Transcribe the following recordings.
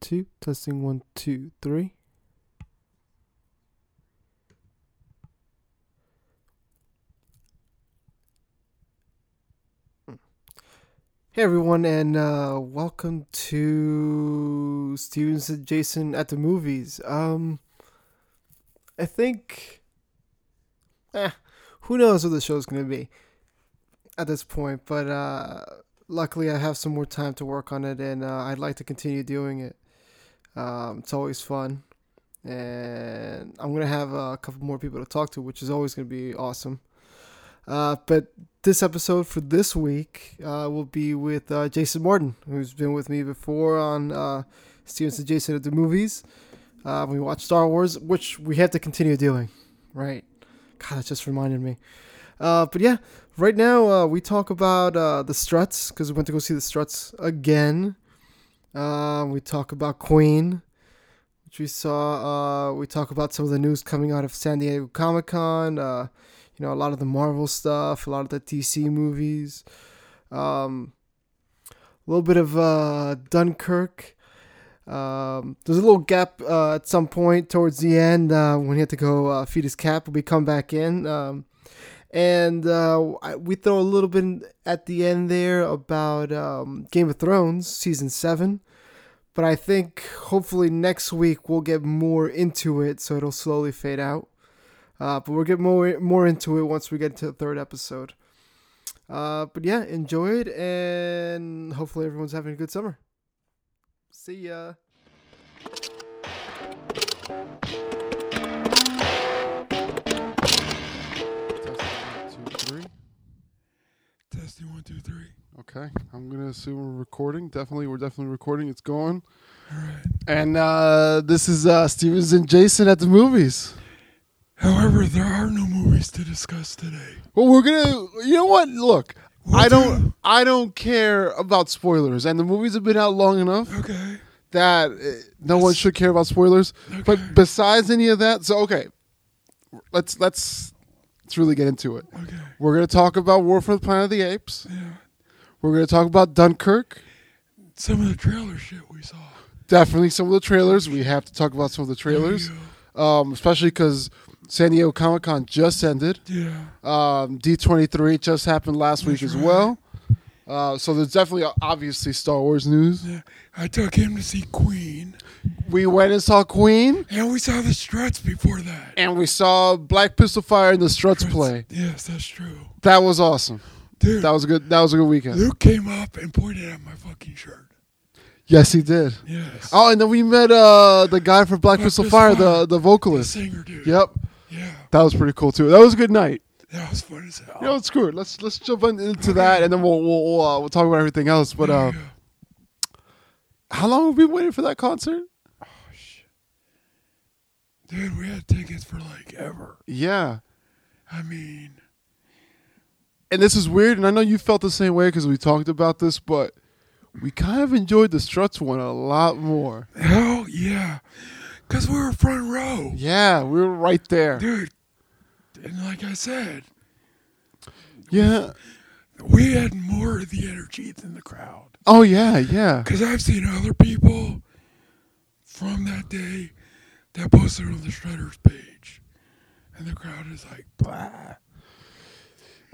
two. Testing one, two, three. Hey everyone, and uh, welcome to Stevens and Jason at the movies. Um, I think, eh, who knows what the show's gonna be at this point, but uh, luckily I have some more time to work on it, and uh, I'd like to continue doing it. Um, it's always fun, and I'm gonna have a couple more people to talk to, which is always gonna be awesome. Uh, but this episode for this week uh, will be with uh, Jason Martin, who's been with me before on uh, Steven and Jason at the movies. Uh, we watched Star Wars, which we have to continue doing, right? God, that just reminded me. Uh, but yeah, right now uh, we talk about uh, the Struts because we went to go see the Struts again. Uh, we talk about Queen, which we saw. Uh, we talk about some of the news coming out of San Diego Comic Con. Uh, you know, a lot of the Marvel stuff, a lot of the DC movies, um, a little bit of uh, Dunkirk. Um, there's a little gap uh, at some point towards the end uh, when he had to go uh, feed his cat, but we come back in. Um, and uh, I, we throw a little bit in- at the end there about um, Game of Thrones, season seven. But I think hopefully next week we'll get more into it, so it'll slowly fade out. Uh, but we'll get more more into it once we get to the third episode. Uh, but yeah, enjoy it, and hopefully everyone's having a good summer. See ya. Testing one, two, three. Okay, I'm gonna assume we're recording. Definitely, we're definitely recording. It's going. And uh, this is uh, Stevens and Jason at the movies. However, there are no movies to discuss today. Well, we're gonna. You know what? Look, We'll I don't. do. I don't care about spoilers, and the movies have been out long enough Okay. that uh, no one should care about spoilers. But besides any of that, so okay, let's let's let's really get into it. Okay. We're gonna talk about War for the Planet of the Apes. Yeah. We're gonna talk about Dunkirk. Some of the trailer shit we saw. Definitely some of the trailers. We have to talk about some of the trailers, um, especially because San Diego Comic Con just ended. Yeah. Um, D23 just happened last week That's as right. well. Uh, so there's definitely, obviously, Star Wars news. Yeah. I took him to see Queen, We went and saw Queen, and we saw the Struts before that. and we saw Black Pistol Fire and the Struts play. Yes, that's true. That was awesome. Dude, That was a good. That was a good weekend. Luke came up and pointed at my fucking shirt. Yes, he did. Yes. Oh, and then we met uh, the guy from Black Pistol Fire, the the the vocalist. singer dude. Yep, Yeah. that was pretty cool too. That was a good night. That was fun as hell. You know, screw it. Let's let's jump in- into that, and then we'll we'll we'll, uh, we'll talk about everything else. But uh, Yeah. how long have we been waiting for that concert? Oh, Dude, we had tickets for like ever. Yeah, I mean, and this is weird, and I know you felt the same way because we talked about this, but we kind of enjoyed the Struts one a lot more. hell yeah. Because we were front row. Yeah, we were right there. dude. And like I said, Yeah. we had more of the energy than the crowd. Oh yeah, yeah. Because I've seen other people from that day that posted on the Shredders page, and the crowd is like, blah.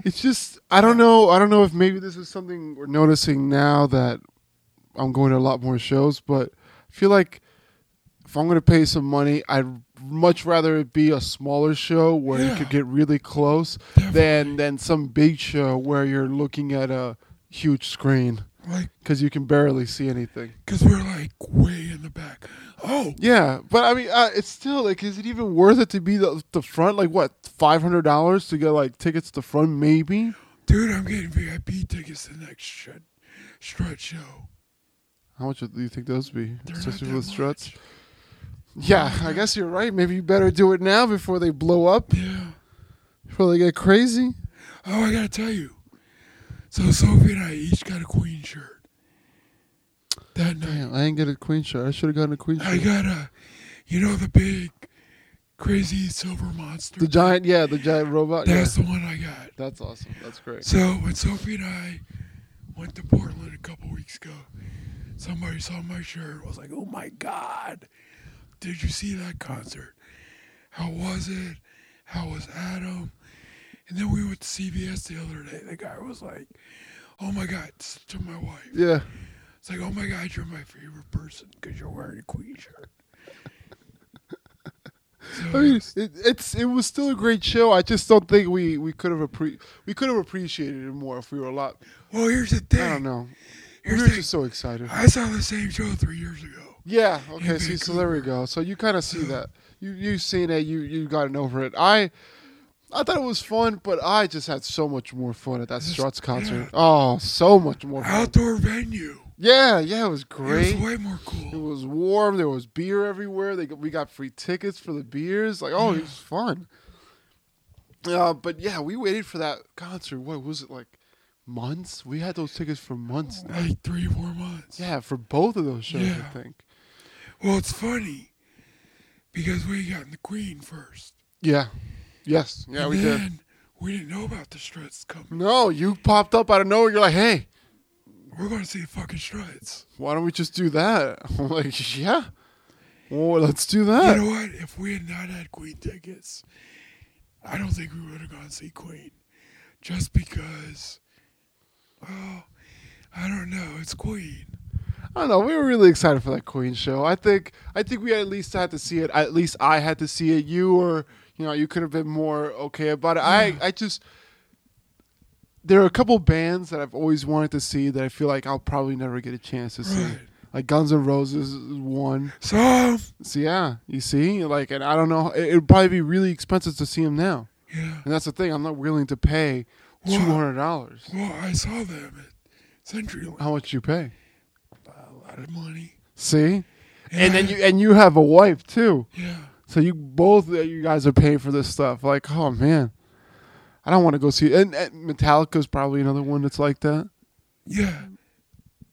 It's just I don't know. I don't know if maybe this is something we're noticing now that I'm going to a lot more shows, but I feel like if I'm going to pay some money, I'd much rather it be a smaller show where you Yeah. could get really close than than some big show where you're looking at a huge screen Like, because you can barely see anything. because we're like way in the back. Oh, Yeah, but I mean, uh, it's still like, is it even worth it to be the, the front? Like, what five hundred dollars to get like tickets to the front? Maybe. dude, I'm getting VIP tickets to the next Shred, Shred show. How much do you think those be? They're not Especially that with struts. much. Yeah, I guess you're right. Maybe you better do it now before they blow up, Yeah. before they get crazy. Oh, I gotta tell you. So Sophie and I each got a Queen shirt that night. Damn, I ain't get a queen shirt. I should have gotten a queen I shirt. got a, you know, the big, crazy silver monster. The giant, yeah, the giant robot. Yeah. That's the one I got. That's awesome. That's great. So when Sophie and I went to Portland a couple weeks ago, Somebody saw my shirt and was like, oh my God, did you see that concert? How was it? How was Adam? And then we went to CBS the other day. The guy was like, oh my God, to my wife. Yeah. It's like, oh my God, you're my favorite person because you're wearing a Queen shirt. So, I mean, it, it's it was still a great show. I just don't think we we could have appre- we could have appreciated it more if we were a lot. well, here's the I thing. don't know. We Here's were the- just so excited. I saw the same show three years ago. Yeah. Okay. In See, so there we go. So you kind of see that. You you've seen it. You you've gotten over it. I I thought it was fun, but I just had so much more fun at that Just- Struts concert. yeah. Oh, so much more. Fun. Outdoor venue. Yeah. Yeah. It was It great. was way more It cool. was warm. There was beer everywhere. They got- we got free tickets for the beers. Like, oh, it was fun. Uh, but yeah, we waited for that concert. What was it like? Months. We had those tickets for Oh, months. Now. Like three, four months. Yeah, for both of those shows, I Yeah. think. Well, it's funny because we got in the Queen first. Yeah. Yes. Yeah, And we then did. We didn't know about the Struts coming. No, you popped up out of nowhere. You're like, hey, Mm. We're going to see the fucking Struts. why don't we just do that? I'm like, yeah. Well, let's do that. You know what? If we had not had Queen tickets, I don't think we would have gone see Queen. Just because, well, I don't know. It's Queen. I don't know. We were really excited for that Queen show. I think I think we at least had to see it. At least I had to see it. You were, you know, you could have been more okay about it. I I just there are a couple bands that I've always wanted to see that I feel like I'll probably never get a chance to see. Right. Like Guns N' Roses is one. So, So yeah, you see, like, and I don't know. It, it'd probably be really expensive to see them now, yeah. and that's the thing. I'm not willing to pay Why? two hundred dollars. Well, I saw them at CenturyLink. How much you pay? A lot of money. See, and then I- you and you have a wife too. Yeah. So you both uh, you guys are paying for this stuff. Like, oh man, I don't want to go see. And, and Metallica's probably another one that's like that. Yeah.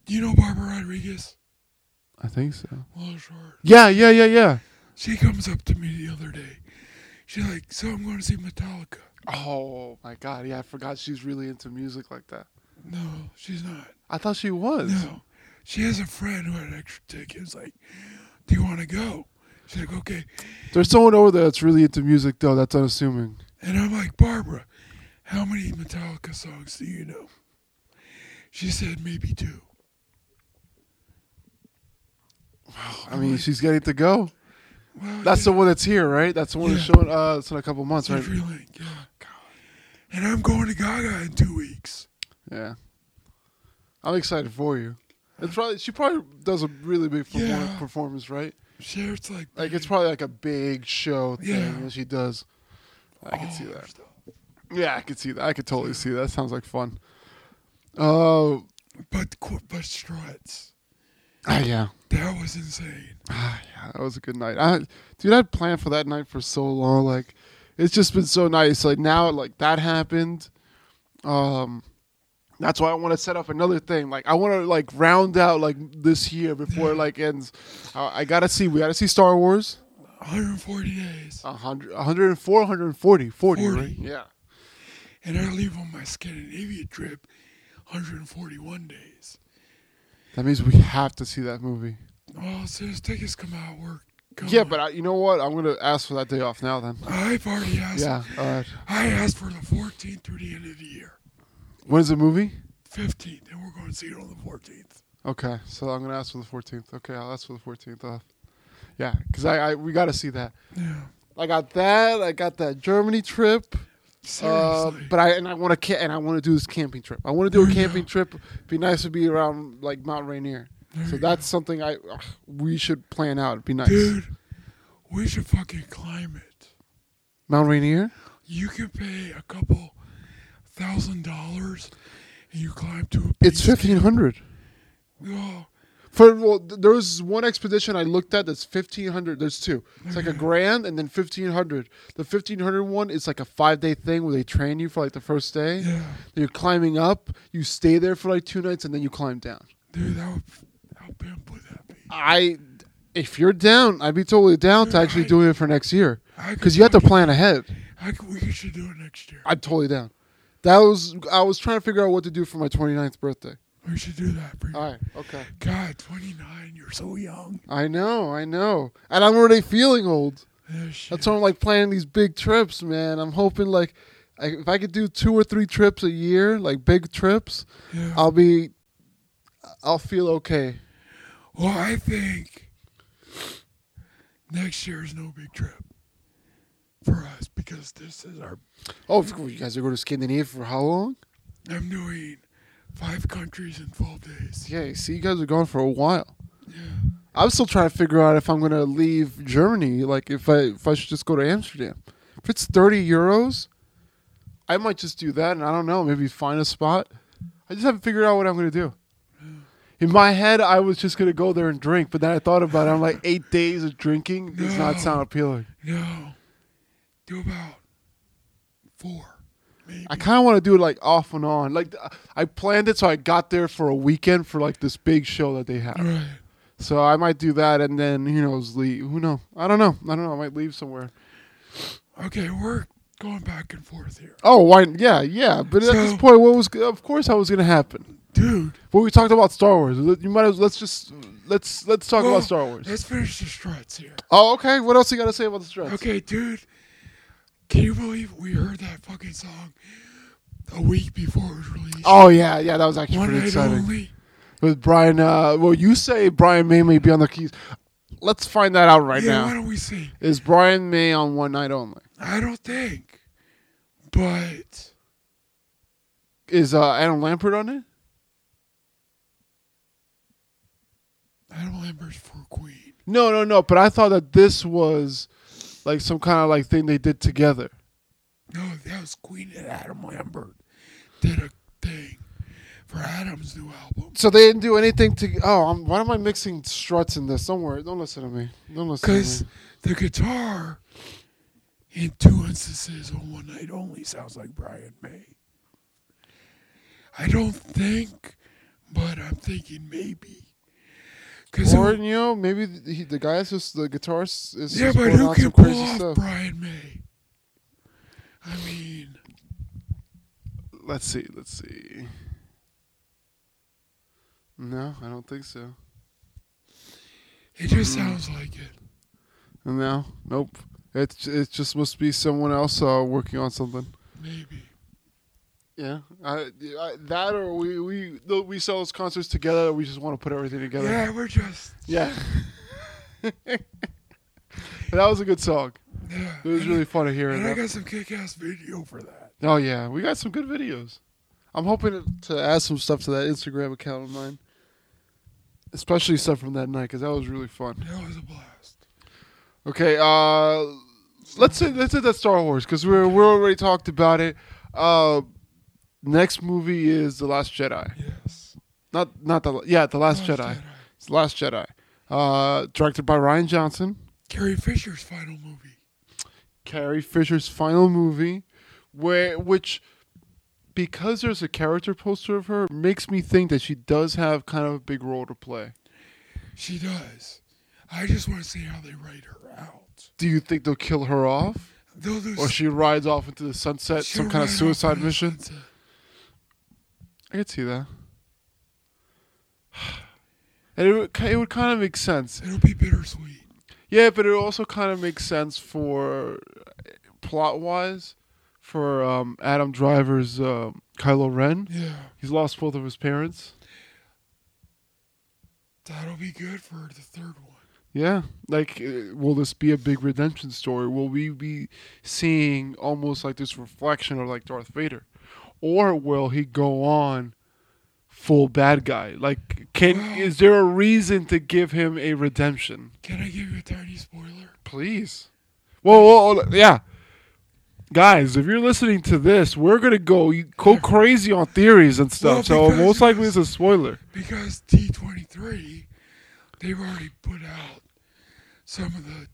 You know Barbara Rodriguez? I think so. Little short. Yeah, yeah, yeah, yeah. She comes up to me the other day. She's like, So I'm going to see Metallica. Oh my god, yeah, I forgot she's really into music like that. No, she's not. I thought she was. No. She has a friend who had an extra tickets. Like, Do you want to go? She's like, Okay. There's someone over there that's really into music though. That's unassuming. And I'm like, Barbara, how many Metallica songs do you know? She said, Maybe two. I mean, she's getting to go. Well, That's the yeah, one that's here, right? That's the one that's Yeah. showing. Uh, it's in a couple months, right? CenturyLink, yeah. And I'm going to Gaga in two weeks. Yeah. I'm excited for you. It's probably she probably does a really big perform- Yeah. performance, right? Shared's like, Like it's probably like a big show thing Yeah. Oh. that she does. I can all see her that. stuff. Yeah, I can see that. I could totally see that. Sounds like fun. Oh, But Qu- but Struts, ah, yeah. that was insane. Ah, yeah, that was a good night. I, dude, I planned for that night for so long. Like, it's just been so nice. Like now, like that happened. Um, that's why I want to set up another thing. Like, I want to like round out like this year before it like ends. I, I gotta see. We gotta see Star Wars. 140 days, 100, 104, 140, 40, 40. right? Yeah. and I leave on my Scandinavia trip, 141 days. That means we have to see that movie. Well, as soon as Oh, tickets come out, we're going. Yeah, but I, you know what? I'm gonna ask for that day off now. Then. I've already asked. Yeah. All right. I asked for the 14th through the end of the year, When's the movie? 15th, and we're going to see it on the 14th. Okay, so I'm gonna ask for the 14th. Okay, I'll ask for the 14th off. Yeah, cause I, I we gotta see that. Yeah, I got that. I got that Germany trip. Uh, seriously. but I and I want to ca- and I want to do this camping trip. I want to do There a you camping trip. Be nice to be around like Mount Rainier. There So you that's something I ugh, we should plan out. It'd be nice. dude, we should fucking climb it. Mount Rainier. You can pay a couple thousand dollars, and you climb to a. Oh, It's base fifteen hundred. Well, For well, th- there was one expedition I looked at that's fifteen hundred. There's two. It's like a grand and then fifteen hundred. The fifteen hundred one is like a five day thing where they train you for like the first day. yeah, You're climbing up. You stay there for like two nights and then you climb down. dude, that would, how pimp would that be? I, if you're down, I'd be totally down to actually doing it for next year I could because you have to fucking- plan ahead. I could, we should do it next year. I'm totally down. That was I was trying to figure out what to do for my 29th birthday. We should do that for you. All right. Okay. God, 29, you're so young. I know. I know. And I'm already feeling old. Yeah, shit. That's why I'm like planning these big trips, man. I'm hoping like I, if I could do two or three trips a year, like big trips, Yeah. I'll be, I'll feel okay. Well, I think next year is no big trip for us because this is our. Oh, you guys are going to Scandinavia for how long? I'm doing five countries in 12 days. Yeah, you see, you guys are gone for a while. Yeah. I'm still trying to figure out if I'm going to leave Germany. Like, if I if I should just go to Amsterdam. If it's 30 euros, I might just do that, and I don't know, maybe find a spot. I just haven't figured out what I'm going to do. In my head, I was just going to go there and drink, but then I thought about it. I'm like, eight days of drinking does not sound appealing. No. Do about four. Maybe. I kind of want to do it like off and on. Like, I planned it, so I got there for a weekend for like this big show that they have. All right. So I might do that, and then who knows? Leave? Who know? I don't know. I don't know. I might leave somewhere. Okay, we're going back and forth here. Oh, why? Yeah, yeah. But at this So- point, what was? Of course, how was going to happen? Dude. Well, we talked about Star Wars. Let- You might as let's just let's let's talk well, about Star Wars. Let's finish the struts here. Oh, okay. What else you got to say about the stress? Okay, dude. Can you believe we heard that fucking song a week before it was released? Oh yeah, yeah. That was actually One pretty night exciting. only. With Brian. Uh, well, you say Brian May may be on the keys. Let's find that out right yeah, now. why don't we see? Is Brian May on one night only? I don't think. But Is uh, Adam Lampert on it? Adam Lambert's for Queen. No, no, no. But I thought that this was like some kind of like thing they did together. No, that was Queen and Adam Lambert did a thing for Adam's new album. So they didn't do anything to. Oh, I'm, why am I mixing struts in this? Don't worry. Don't listen to me. Don't listen. Because to me. the guitar in two instances on One Night Only sounds like Brian May. I don't think, but I'm thinking maybe. Because or you know, maybe the, he, the guy's just the guitarist is yeah, just but pulling who out can some pull off stuff. Brian May? I mean, Let's see. Let's see. No, I don't think so. it just Mm-hmm. sounds like it. No, nope. It it just must be someone else uh, working on something. Maybe. Yeah, I, I, that or we we no, we sell those concerts together. We just want to put everything together. Yeah, we're just Yeah. that was a good song. yeah. It was And- really fun to hear And I that. got some kick-ass video for that. Oh yeah, we got some good videos. I'm hoping to, to add some stuff to that Instagram account of mine, especially stuff from that night because that was really fun. That was a blast. Okay, uh, let's say let's say that Star Wars because we're we're already talked about it. Uh, next movie is The Last Jedi. Yes. Not not the yeah The Last, Last Jedi. Jedi. It's The Last Jedi. Uh, directed by Ryan Johnson. Carrie Fisher's final movie. Carrie Fisher's final movie, where which because there's a character poster of her makes me think that she does have kind of a big role to play. She does. I just want to see how they write her out. Do you think they'll kill her off, They'll do or s- she rides off into the sunset, she'll some kind of write off suicide the mission? sunset. I could see that. And it would, ki- it would kind of make sense. It'll be bittersweet. Yeah, but it also kind of makes sense for plot wise for um, Adam Driver's um Kylo Ren. Yeah, He's lost both of his parents. that'll be good for the third one. Yeah, like, uh, will this be a big redemption story? Will we be seeing almost like this reflection of like Darth Vader, or will he go on full bad guy? Like, can Well- is there a reason to give him a redemption? Can I give you a tiny spoiler? Please. Whoa, whoa, whoa yeah. Guys, if you're listening to this, we're gonna go go crazy on theories and stuff. Well, so because most you likely guys- it's a spoiler. Because T23, they've already put out some of the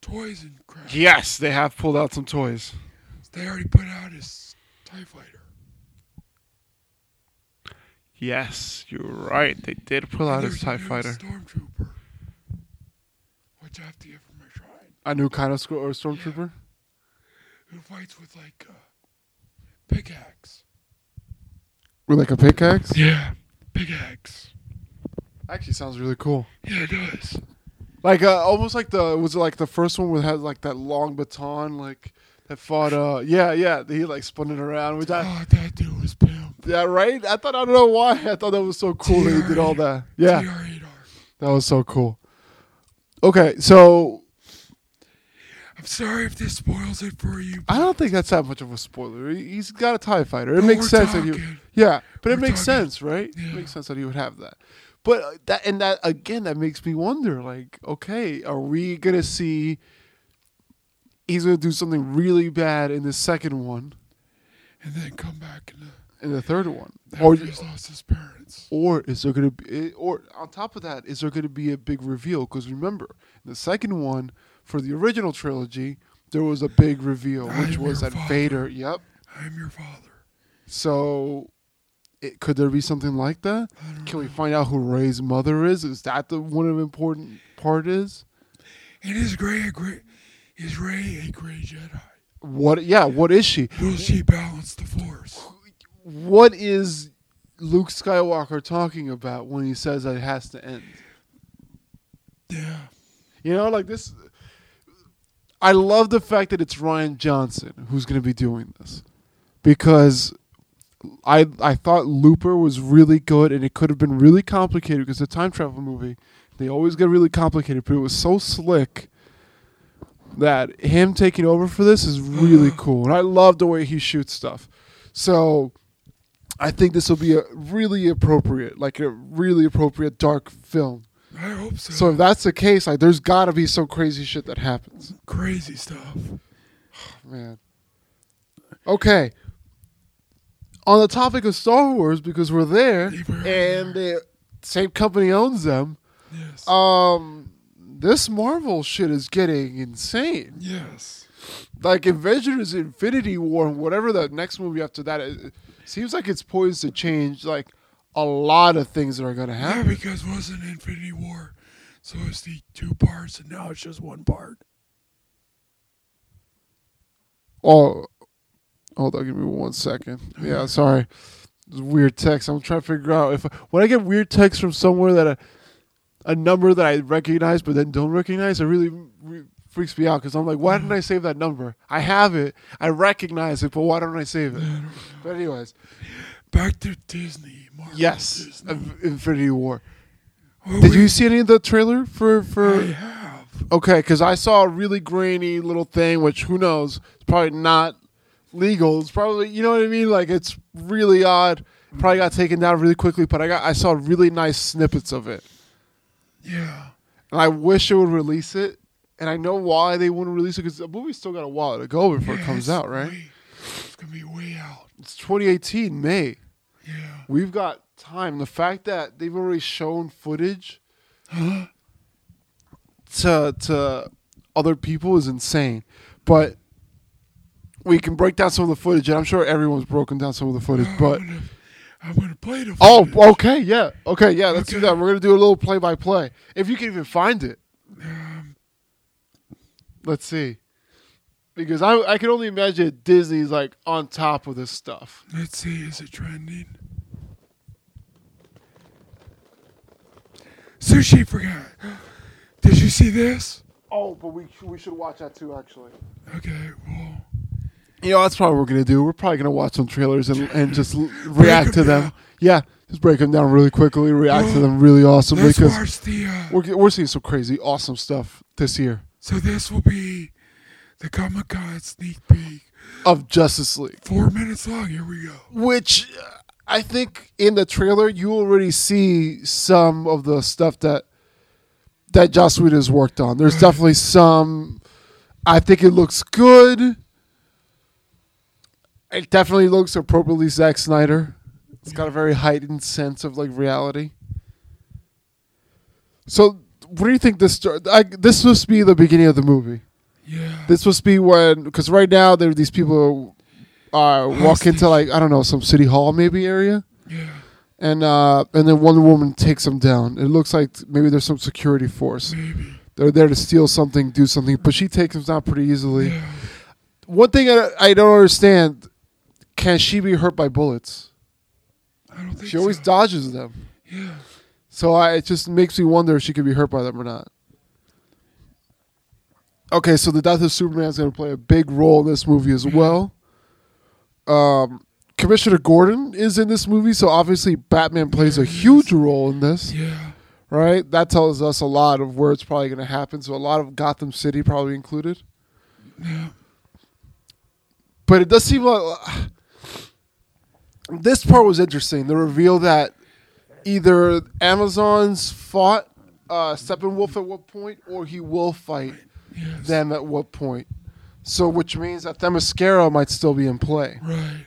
toys and crap. Yes, they have pulled out some toys. They already put out his TIE fighter. Yes, you're right. They did pull out And his there's a TIE new fighter. Stormtrooper. Which I have to get from my shrine. A new kind of sc- or stormtrooper? Who fights with like a pickaxe. With like a pickaxe? Yeah. Big X. Actually, sounds really cool. Yeah, it does. Like uh, almost like the was it like the first one with had like that long baton like that fought. Uh, yeah, yeah. He like spun it around. Which I, oh, that dude was pimp. yeah, right. I thought I don't know why. I thought that was so cool. that he did all that. Yeah, TR8R. that was so cool. Okay, so I'm sorry if this spoils it for you. I don't think that's that much of a spoiler. He- He's got a Tie Fighter. It But makes we're sense that you. talking. Yeah, but it We're makes talking. sense, right? It Yeah. makes sense that he would have that. But uh, that and that again, that makes me wonder. Like, okay, are we gonna see? He's gonna do something really bad in the second one, and then come back and uh, in the third one, or after he's lost his parents. or is there gonna be? eh, Or on top of that, is there gonna be a big reveal? Because remember, the second one for the original trilogy, there was a big reveal, I which am was your that father. Vader. Yep. I'm your father. So, it, could there be something like that? I don't Can we find out who Ray's mother is? Is that the one of important part is? And is Gray a great? Is Ray a great Jedi? What? Yeah. What is she? Will she balance the Force? What is Luke Skywalker talking about when he says that it has to end? Yeah. You know, like this. I love the fact that it's Ryan Johnson who's going to be doing this, because I I thought Looper was really good and it could have been really complicated because the time travel movie they always get really complicated, but it was so slick that him taking over for this is really cool, and I love the way he shoots stuff. So I think this will be a really appropriate, like a really appropriate dark film. I hope so. So if that's the case, like there's got to be some crazy shit that happens, crazy stuff. man. Okay. On the topic of Star Wars, because we're there, and the same company owns them. Yes. Um, this Marvel shit is getting insane. yes. Like Avengers: Infinity War and whatever the next movie after that, it, it seems like it's poised to change like a lot of things that are gonna Yeah, happen. because it was an Infinity War, so it's the two parts, and now it's just one part. Oh, hold on, give me one second. Yeah, sorry. It's Weird text. I'm trying to figure out if when I get weird text from somewhere that I, a number that I recognize but then don't recognize, it really re- freaks me out because I'm like, why didn't I save that number? I have it, I recognize it, but why don't I save it? But anyways, Back to Disney. Marvel yes, Disney. Inf- Infinity War. Well, Did we- you see any of the trailer for I for? have. Okay, because I saw a really grainy little thing, which who knows? It's probably not legal. It's probably you know what I mean. Like it's really odd. Probably got taken down really quickly, but I got I saw really nice snippets of it, Yeah. and I wish it would release it. And I know why they wouldn't release it because the movie's still got a while to go before Yeah, it comes it's out, right? way- it's gonna be way out. It's 2018 May. Yeah. We've got time. The fact that they've already shown footage Huh? to to other people is insane. But we can break down some of the footage, and I'm sure everyone's broken down some of the footage. Oh, I'm But gonna, I'm gonna play the. oh, footage. okay, yeah, okay, yeah, let's do Okay. that. We're gonna do a little play by play if you can even find it. Um, Let's see, because I I can only imagine Disney's like on top of this stuff. let's see. Is it trending? Sushi forgot. Did you see this? Oh, but we we should watch that too, actually. Okay. Well. You know, that's probably what we're gonna do. We're probably gonna watch some trailers and and just l- react 'em to them. down. Yeah, just break them down really quickly. React to them really awesomely Let's because watch the. Uh, we're we're seeing some crazy, awesome stuff this year so this will be the Comic Con sneak peek. of Justice League, Four minutes long. Here we go. which uh, I think in the trailer you already see some of the stuff that that Joss Whedon has worked on. There's definitely some. I think it looks good. It definitely looks appropriately Zack Snyder. It's got a very heightened sense of like reality. So, what do you think this? star- I, this must be the beginning of the movie. Yeah. This must be when, because right now there are these people who, uh, walk into like I don't know some city hall maybe area, yeah. and uh, and then Wonder Woman takes them down. It looks like maybe there's some security force. Maybe. They're there to steal something, do something, but she takes them down pretty easily. Yeah. One thing I, I don't understand: can she be hurt by bullets? I don't think She always so. dodges them. Yeah. So I, it just makes me wonder if she could be hurt by them or not. Okay, so the death of Superman is going to play a big role in this movie as well. Um, Commissioner Gordon is in this movie, so obviously Batman plays a huge role in this, Yeah. right? That tells us a lot of where it's probably going to happen. So a lot of Gotham City probably included. Yeah. But it does seem like this part was interesting. The reveal that either Amazon's fought uh, Steppenwolf at what point, or he will fight Yes. them at what point. So, which means that Themyscira might still be in play, Right.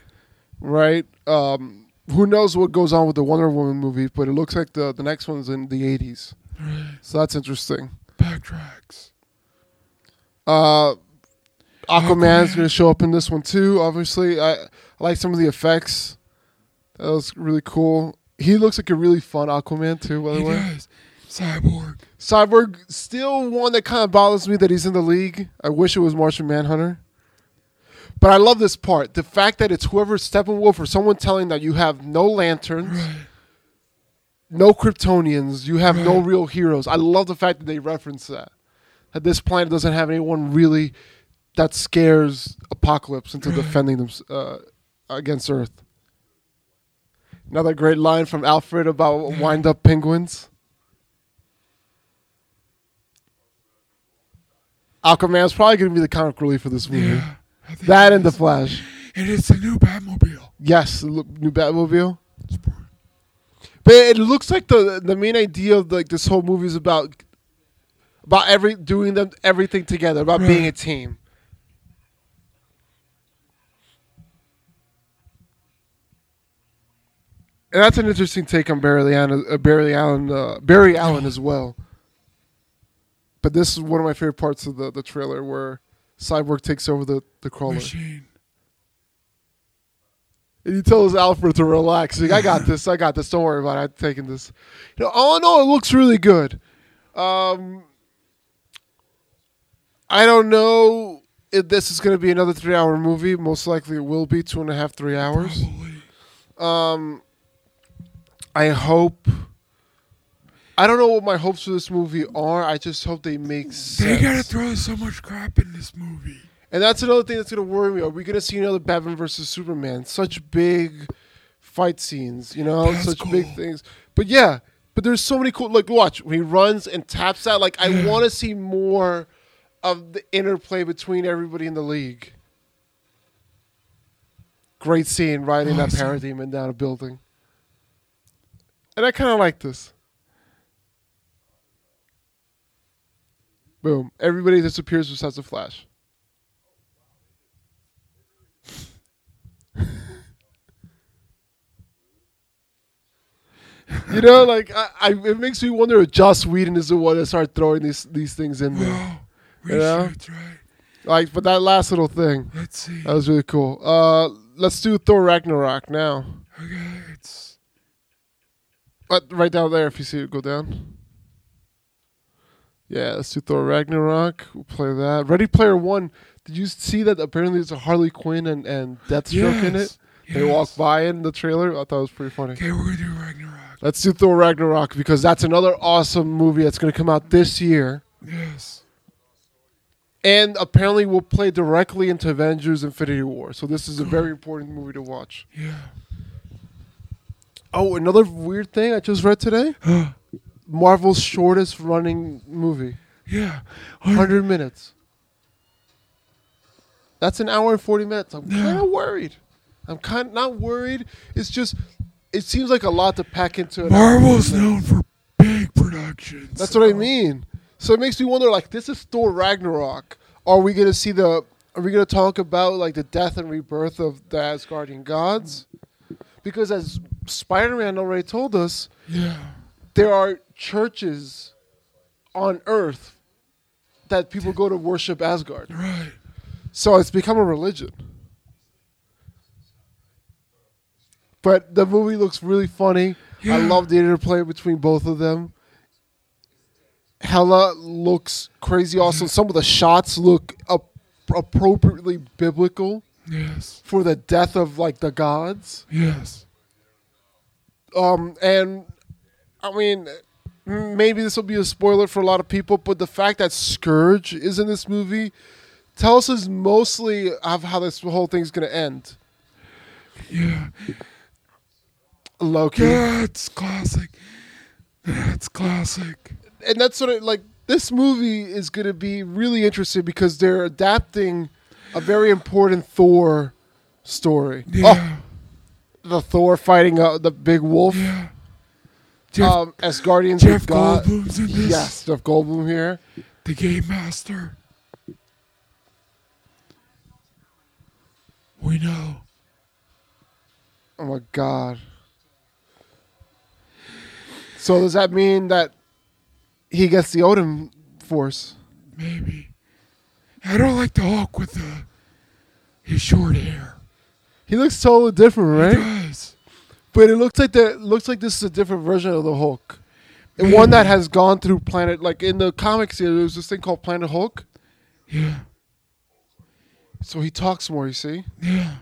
right? Um, who knows what goes on with the Wonder Woman movie? But it looks like the the next one's in the '80s, Right. so that's interesting. Backtracks. Uh, Aquaman's Aquaman. going to show up in this one too. Obviously, I, I like some of the effects. That was really cool. He looks like a really fun Aquaman too. By the He way, does. Cyborg. Cyborg still one that kind of bothers me that he's in the league. I wish it was Martian Manhunter. But I love this part. The fact that it's whoever Steppenwolf or someone telling that you have no lanterns, Right. no Kryptonians, you have no Right. real heroes. I love the fact that they reference that. That this planet doesn't have anyone really that scares Apocalypse into defending them uh, against Earth. Another great line from Alfred about wind up penguins. Aquaman's probably going to be the comic relief for this movie. Yeah. I think That and it the is. Flash. And it's the new Batmobile. Yes, the l- new Batmobile. Sport. But it looks like the the main idea of like this whole movie is about about every doing them everything together, about Right. being a team. And that's an interesting take on Barry Allen, uh, Barry Allen, uh, Barry Allen as well. But this is one of my favorite parts of the, the trailer where Cyborg takes over the, the crawler. Machine. And he tells Alfred to relax. He's like, I got this. I got this. Don't worry about it. I'm taking this. You know, all in all, it looks really good. Um, I don't know if this is going to be another three hour movie. Most likely it will be two and a half, three hours. Probably. Um, I hope. I don't know what my hopes for this movie are. I just hope they make They sense. gotta throw so much crap in this movie. And that's another thing that's going to worry me. Are we going to see another Batman versus Superman? Such big fight scenes, you know, That's such big cool. things. But yeah, but there's so many cool. Like, watch when he runs and taps out. Like, I Yeah. want to see more of the interplay between everybody in the league. Great scene riding that Awesome. parademon down a building. And I kind of like this. Boom. Everybody disappears besides the Flash. you know, like I, I, it makes me wonder if Joss Whedon is the one that started throwing these these things in there. Well, Yeah. reshoots, right? Like, but that last little thing Let's see. that was really cool. Uh, let's do Thor Ragnarok now. Okay, it's Uh, right down there, if you see it go down. Yeah, let's do Thor Ragnarok. We'll play that. Ready Player One. Did you see that? Apparently, there's a Harley Quinn and and Deathstroke in it. Yes, They walk yes. by in the trailer. I thought it was pretty funny. Okay, we're gonna do Ragnarok. Let's do Thor Ragnarok because that's another awesome movie that's going to come out this year. Yes. And apparently, will play directly into Avengers Infinity War. So, this is a very important movie to watch. Yeah. Oh, another weird thing I just read today Huh. Marvel's shortest running movie. yeah. 100 minutes. That's an hour and 40 minutes. I'm Yeah. kind of worried. I'm kind not worried. It's just, it seems like a lot to pack into an hour and 40 Marvel's minutes. known for big productions. uh, That's what I mean. So it makes me wonder, like, this is Thor Ragnarok. Are we gonna see the? Are we gonna talk about like the death and rebirth of the Asgardian gods? Because as Spider-Man already told us, Yeah. there are churches on Earth that people go to worship Asgard. Right. So it's become a religion. But the movie looks really funny. I Yeah. love the interplay between both of them. Hella looks crazy awesome. Some of the shots look ap- appropriately biblical Yes. for the death of like the gods. Yes. Um, and I mean, m- maybe this will be a spoiler for a lot of people, but the fact that Scourge is in this movie tells us mostly of how this whole thing's gonna end. Yeah. Loki, That's classic. That's classic. and that's sort of like this movie is gonna be really interesting because they're adapting a very important Thor story. Yeah. Oh, the Thor fighting uh, the big wolf. Yeah. Jeff, um, as Guardians Jeff of God. Goldblum's in this. Yes, Jeff Goldblum here. the game master. We know. Oh my god. So does that mean that he gets the Odin force? Maybe. I don't like the Hulk with the his short hair. He looks totally different, He right? does. But it looks like the looks like this is a different version of the Hulk. And one that has gone through planet like in the comics there was this thing called Planet Hulk. Yeah. So he talks more, you see? Yeah.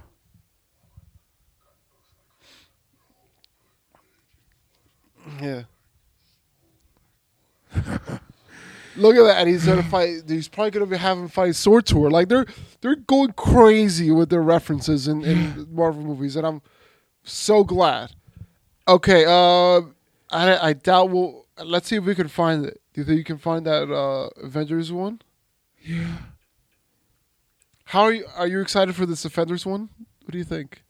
Yeah. Look at that, and he's gonna fight. He's probably gonna be having fight sword tour. Like they're they're going crazy with their references in, in Marvel movies, and I'm so glad. Okay, uh, I I doubt we'll. Let's see if we can find it. Do you think you can find that uh, Avengers one? Yeah. How are you? Are you excited for this Avengers one? What do you think?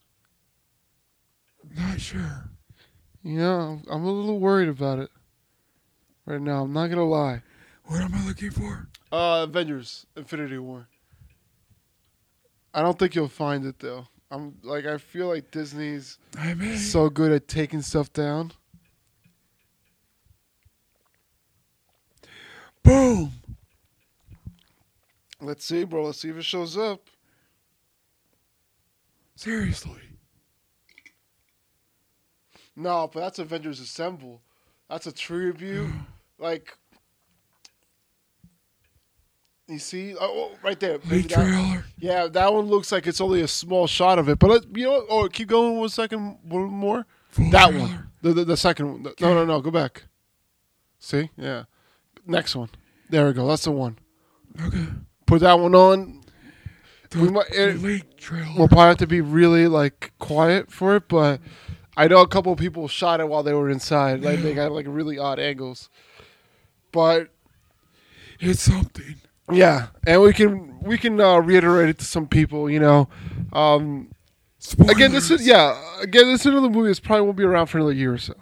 Not sure. Yeah, I'm a little worried about it right now. I'm not gonna lie. What am I looking for? Uh, Avengers: Infinity War. I don't think you'll find it though. I'm like I feel like Disney's I may. so good at taking stuff down. Boom. Let's see, bro. Let's see if it shows up. Seriously. No, but that's Avengers Assemble. That's a tribute. like you see, oh, oh, right there. The Maybe that- trailer. yeah, that one looks like it's only a small shot of it. But let, you know, what? oh, keep going one second, one more. Full That trailer. one. The, the the second one. The- No, no, no. Go back. See? Yeah. Next one. There we go. That's the one. Okay. Put that one on. The We might- it- leaked trailer. We'll probably have to be really like quiet for it, but I know a couple of people shot it while they were inside. Like they got like really odd angles. But it's something. yeah, and we can we can uh, reiterate it to some people. You know, um, Spoilers. again, this is yeah. Again, this another movie. This probably won't be around for another year or so.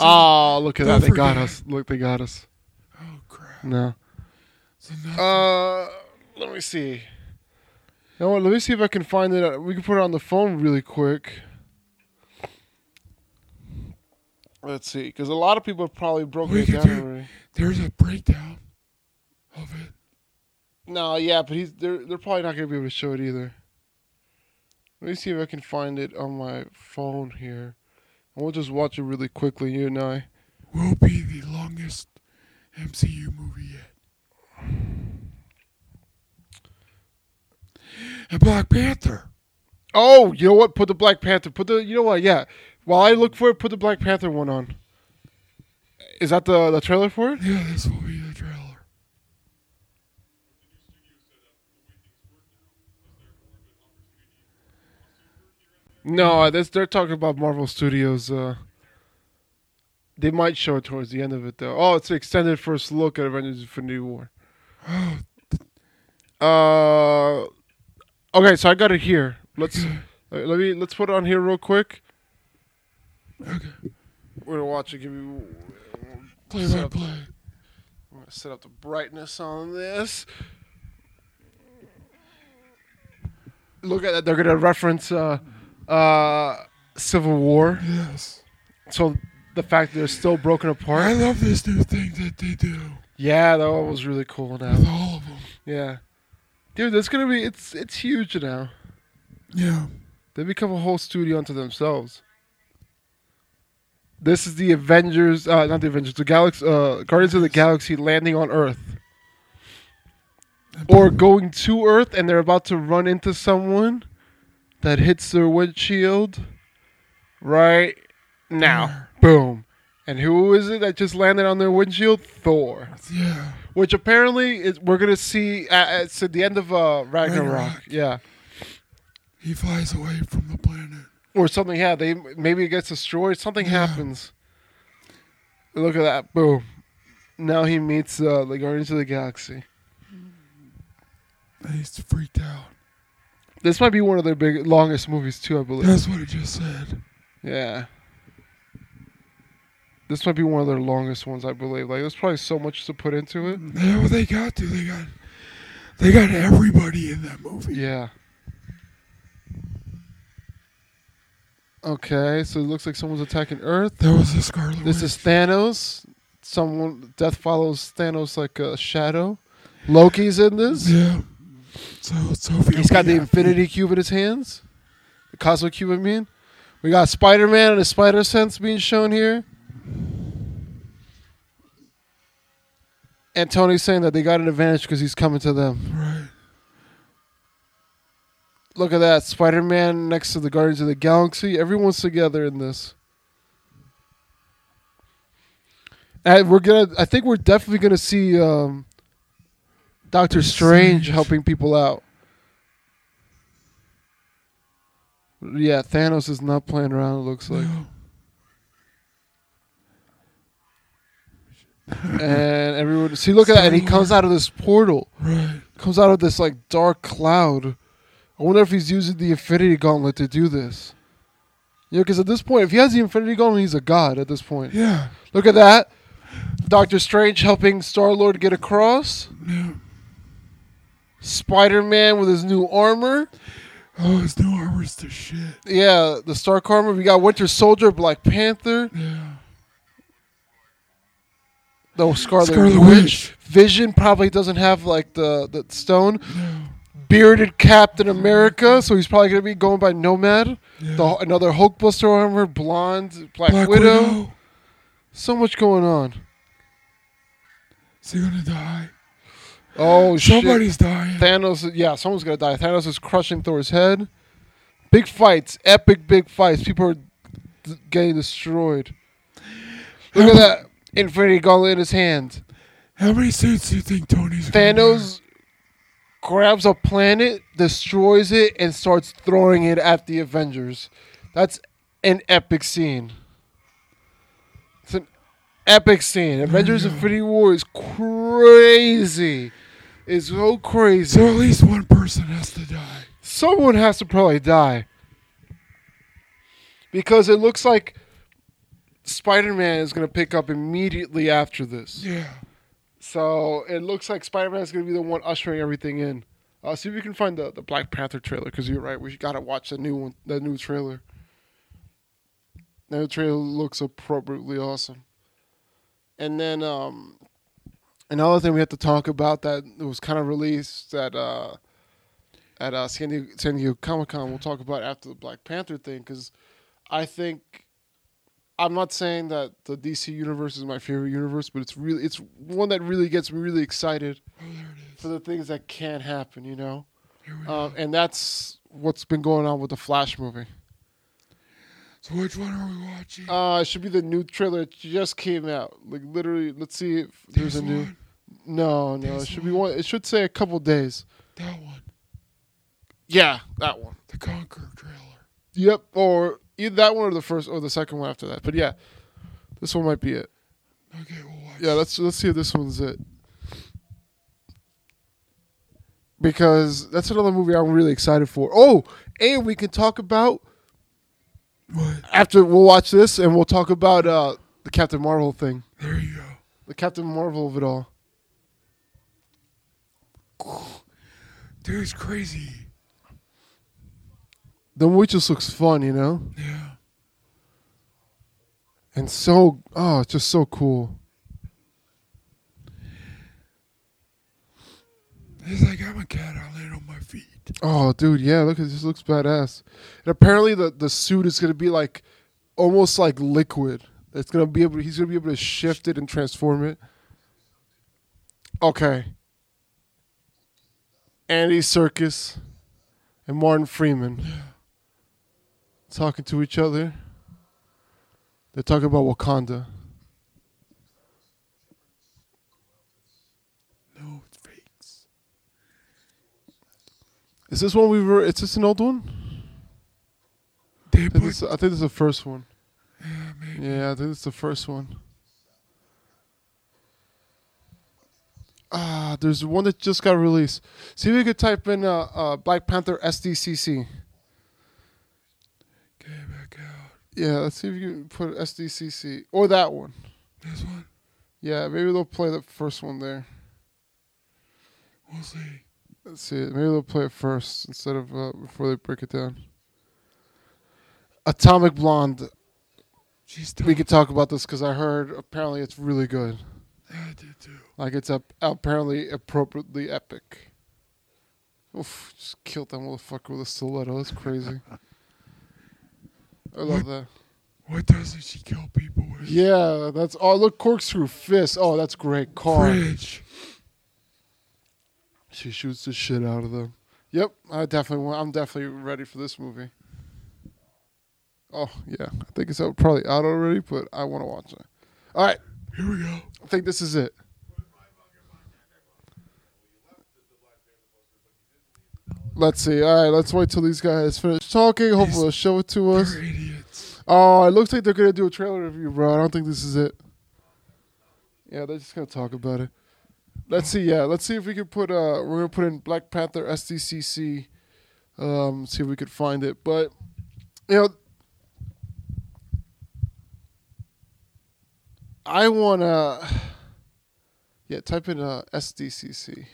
oh, look at Don't that! They got forget. us. Look, they got us. Oh crap. No. So now Uh, let me see. You know what? Let me see if I can find it. We can put it on the phone really quick. Let's see, because a lot of people have probably broken We it could down do- already. there's a breakdown of it. No, yeah, but he's they're they're probably not gonna be able to show it either. Let me see if I can find it on my phone here, and we'll just watch it really quickly. You and I. Will be the longest MCU movie yet. And Black Panther. Oh, you know what? Put the Black Panther. Put the. You know what? Yeah. While I look for it, put the Black Panther one on. Is that the the trailer for it? Yeah, this will be the trailer. No, that's they're talking about Marvel Studios. Uh, they might show it towards the end of it though. Oh, it's an extended first look at Avengers: Infinity War. Oh, Uh, okay, so I got it here. Let's uh, let me let's put it on here real quick. okay. We're gonna watch it. Give me Play by play. I'm gonna set up the brightness on this. Look at that. They're gonna reference uh, uh, Civil War. Yes. So the fact that they're still broken I apart. love this new thing that they do Yeah, that one was really cool. Now, with all of them. yeah, dude, that's gonna be it's it's huge now. Yeah. They become a whole studio unto themselves. This is the Avengers, uh, not the Avengers, the Galaxy, uh, Guardians of the Galaxy landing on Earth. Or going to Earth and they're about to run into someone that hits their windshield. Right now. Boom. And who is it that just landed on their windshield? Thor, Yeah. which apparently is, we're gonna see at, it's at the end of uh, Ragnarok. Ragnarok. Yeah, He flies away from the planet. or something. Yeah, they maybe it gets destroyed. Something Yeah. happens. Look at that! Boom. Now he meets uh, the Guardians of the Galaxy. And he's freaked out. This might be one of their big longest movies too. I believe. That's what it just said. Yeah. This might be one of their longest ones, I believe. Like, there's probably so much to put into it. Mm-hmm. Yeah, well, they got to. They got. They got everybody in that movie. Yeah. Okay, so it looks like someone's attacking Earth. There was the Scarlet This Witch. is Thanos. Someone death follows Thanos like a shadow. Loki's in this. Yeah. So Sophia. He's got the yeah. Infinity Cube in his hands. The Cosmic Cube, I mean. We got Spider Man and a Spider Sense being shown here. And Tony's saying that they got an advantage because he's coming to them. Right. Look at that Spider Man next to the Guardians of the Galaxy. Everyone's together in this. And we're gonna. I think we're definitely gonna see um, Doctor Strange Strange. helping people out. Yeah, Thanos is not playing around. It looks like, No. and everyone. See, look at that, and he comes out of this portal. Right. Comes out of this like dark cloud. I wonder if he's using the Infinity Gauntlet to do this. You know, because at this point, if he has the Infinity Gauntlet, he's a god. At this point, Yeah. Look at that. Doctor Strange helping Star Lord get across. Yeah. Spider Man with his new armor. Oh, his new armor's the shit. Yeah, the Stark armor. We got Winter Soldier, Black Panther, Yeah. the Scarlet, Scarlet Witch. Witch. Vision probably doesn't have like the, the stone. No. Bearded Captain America, so he's probably gonna be going by Nomad. Yeah. The, another Hulkbuster armor, blonde, Black, Widow. So much going on. Is he gonna die? Oh shit. Somebody's dying. Thanos, yeah, someone's gonna die. Thanos is crushing Thor's head. Big fights, epic big fights. People are d- getting destroyed. Look at that Infinity Gauntlet in his hand. How many suits do you think Tony's gonna Thanos grabs a planet, destroys it, and starts throwing it at the Avengers. That's an epic scene. It's an epic scene. Avengers Infinity War is crazy. It's so crazy. So at least one person has to die. someone has to probably die because it looks like spider-man is going to pick up immediately after this Yeah. so it looks like spider-man is going to be the one ushering everything in uh, see if we can find the, the black panther trailer because you're right we gotta watch the new one the new trailer that new trailer looks appropriately awesome and then um another thing we have to talk about that was kind of released that uh at uh, San Diego, San Diego Comic Con. We'll talk about after the Black Panther thing because I think I'm not saying that the DC universe is my favorite universe, but it's really it's one that really gets me really excited Oh, there it is. for the things that can happen, you know. Here we Um, and that's what's been going on with the Flash movie. So which one are we watching? Uh, it should be the new trailer that just came out. Like literally, let's see if there's This a new. one? No, no, it There's should be one. It should say a couple days. That one. Yeah, that one. The Conquer trailer. Yep, or either that one or the first or the second one after that. But yeah, this one might be it. Okay, we'll watch. Yeah, let's let's see if this one's it. Because that's another movie I'm really excited for. Oh, and we can talk about What? after we'll watch this and we'll talk about uh the Captain Marvel thing. There you go. The Captain Marvel of it all. Dude, it's crazy. The movie just looks fun, you know? Yeah. And so oh, it's just so cool. It's like I'm a cat. I land on my feet. Oh, dude, yeah, look, at this looks badass. And apparently, the the suit is gonna be like almost like liquid. It's gonna be able. He's gonna be able to shift it and transform it. Okay. Andy Circus and Martin Freeman talking to each other. They're talking about Wakanda. No, it's fakes. Is this one we were? Is this an old one? They I think put this, I think this is the first one. yeah, maybe. Yeah, I think it's the first one. Ah, there's one that just got released. See if you could type in uh, uh, Black Panther SDCC. Get back out. Yeah, let's see if you can put SDCC or that one. This one, Yeah, maybe they'll play the first one there. we'll see. Let's see. Maybe they'll play it first instead of uh, before they break it down. Atomic Blonde. She's We tough. could talk about this because I heard apparently it's really good. I did too. Like it's up, apparently appropriately epic. Oof! Just killed that motherfucker with a stiletto. That's crazy. I love that. What doesn't she kill people with? Yeah, that's oh look corkscrew fist. Oh, that's great. Car. Fridge. She shoots the shit out of them. Yep, I definitely want. I'm definitely ready for this movie. Oh yeah, I think it's out, probably out already, but I want to watch it. All right, Here we go. I think this is it. Let's see. All right, let's wait till these guys finish talking. Hopefully, they'll show it to us. They're idiots. Oh, it looks like they're gonna do a trailer review, bro. I don't think this is it. Yeah, they're just gonna talk about it. Let's see. Yeah, let's see if we can put. Uh, we're gonna put in Black Panther SDCC. Um, see if we could find it. But you know, I wanna. Yeah, type in uh, SDCC.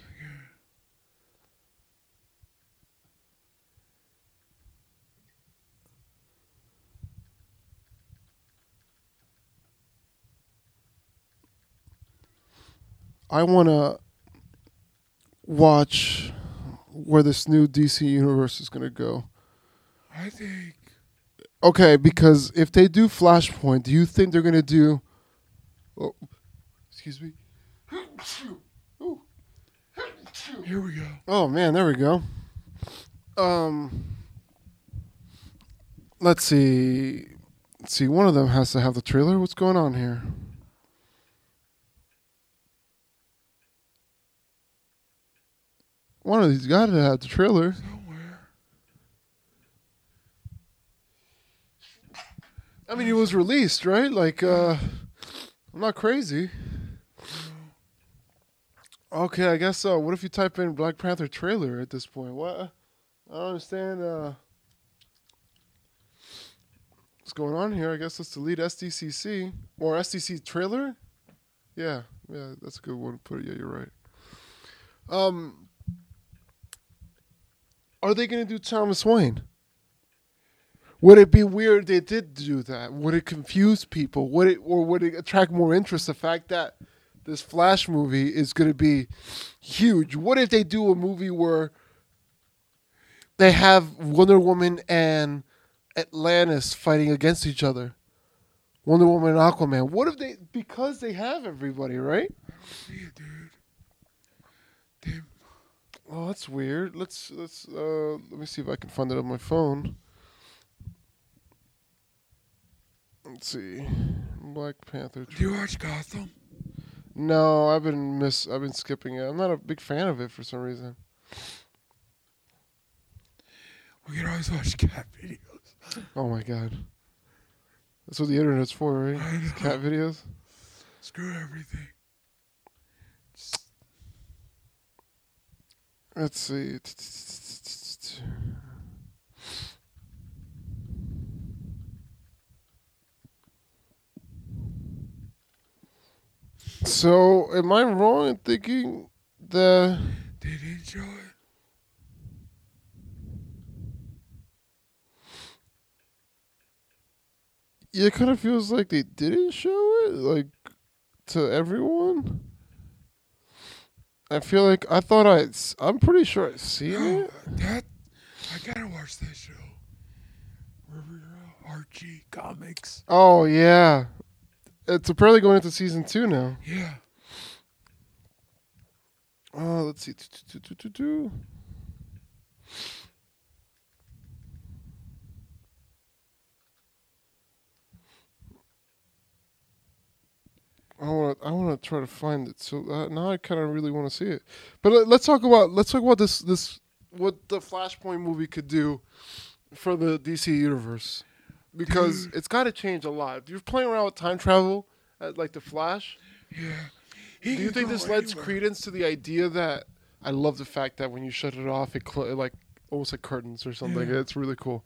I want to watch where this new DC universe is going to go. I think Okay, because if they do Flashpoint, do you think they're going to do? Oh, excuse me. here we go. Oh man, there we go. Um, let's see. Let's see, one of them has to have the trailer. What's going on here? One of these got to have the trailer. Somewhere. I mean, it was released, right? Like, uh, I'm not crazy. Okay, I guess so. What if you type in Black Panther trailer at this point? What? I don't understand. Uh, what's going on here? I guess let's delete SDCC or SDC trailer. Yeah, yeah, that's a good one to put it. Yeah, you're right. Um, are they going to do Thomas Wayne? Would it be weird if they did do that? Would it confuse people? Would it or would it attract more interest? The fact that this Flash movie is going to be huge. What if they do a movie where they have Wonder Woman and Atlantis fighting against each other? Wonder Woman and Aquaman. What if they because they have everybody right? See it, dude. Damn. Oh, that's weird. Let's let's uh, let me see if I can find it on my phone. Let's see, Black Panther. Do you watch Gotham? No, I've been miss. I've been skipping it. I'm not a big fan of it for some reason. We can always watch cat videos. Oh my god, that's what the internet's for, I right? know. Cat videos. Screw everything. Just Let's see. So, am I wrong in thinking the? They didn't show it. Yeah, it kind of feels like they didn't show it, like to everyone. I feel like I thought I. s- I'm pretty sure I seen No, it. Oh, that I gotta watch that show. Riverdale, Archie comics. Oh yeah, it's apparently going into season two now. Yeah, Oh, let's see. Do, do, do, do, do. try to find it. So uh, now I kind of really want to see it. But let, let's talk about let's talk about this this what the Flashpoint movie could do for the DC universe because it's got to change a lot. If you're playing around with time travel, uh, like the Flash, Yeah. do you think this lends credence to the idea that I love the fact that when you shut it off, it, cl- it like almost like curtains or something. It's really cool.